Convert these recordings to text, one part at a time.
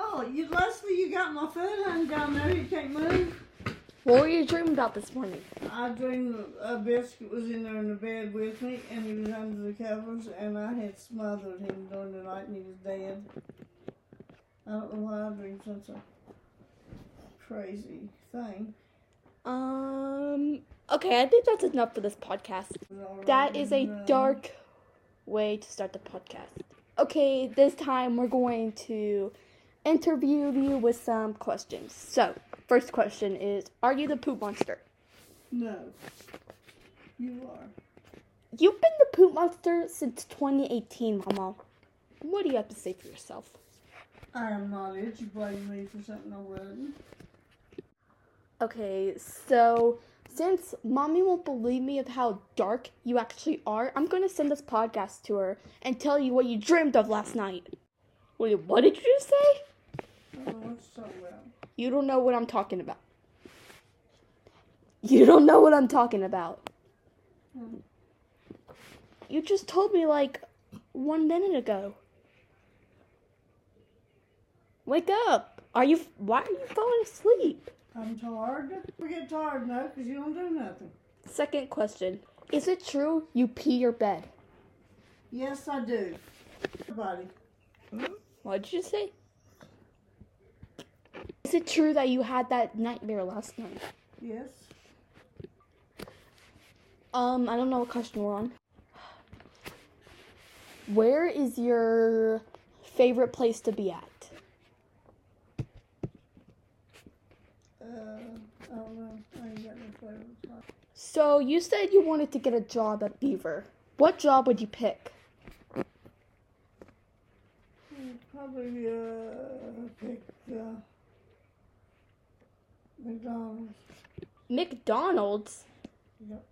Oh, got my foot hung down there. He can't move. What were you dreaming about this morning? I dreamed a biscuit was in there in the bed with me, and he was under the covers, and I had smothered him during the night, and he was dead. I don't know why I dreamed such a crazy thing. Um. Okay, I think that's enough for this podcast. It was all That right is a and, uh, dark way to start the podcast. Okay, this time we're going to interview you with some questions. So, first question is Are you the poop monster? No. You are. You've been the poop monster since 2018, Mama. What do you have to say for yourself? I am not it. You blame me for something I wasn't. Okay, so since mommy won't believe me of how dark you actually are, I'm gonna send this podcast to her and tell you what you dreamed of last night. Wait, what did you just say? I don't know what you're talking about. You don't know what I'm talking about. You don't know what I'm talking about. Hmm. You just told me like one minute ago. Wake up! Are you? Why are you falling asleep? I'm tired. We get tired now because you don't do nothing. Second question: Is it true you pee your bed? Yes, I do. Everybody. Hmm? What did you say? Is it true that you had that nightmare last night? Yes. Um, I don't know what question we're on. Where is your favorite place to be at? Uh, I don't know. I ain't got no favorite part. So you said you wanted to get a job at Beaver. What job would you pick? I'd Probably uh, pick uh, McDonald's. McDonald's. Yep.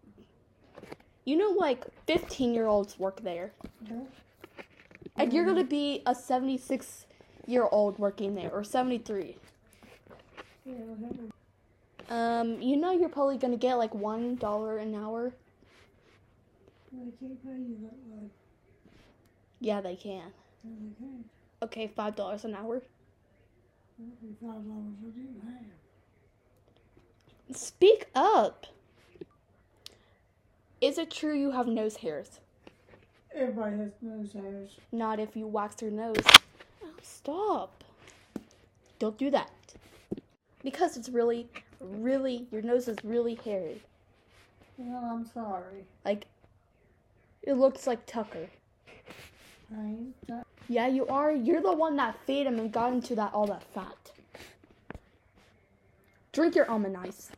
You know, like 15 year olds work there. Okay. And you're gonna be a 76 year old working there, or 73. Yeah, I'll have it. Um, you know you're probably gonna get like $1 an hour? They can't pay you that way. Yeah, they can. No, they can't. Okay, $5 an hour. That'd be five dollars I didn't have. Speak up. Is it true you have nose hairs? Everybody has nose hairs. Not if you wax your nose. Oh, stop. Don't do that. Because it's really, really, your nose is really hairy. Well, I'm sorry. Like, it looks like Tucker. I ain't sorry. Yeah, you are. You're the one that fed him and got into that all that fat. Drink your almond ice.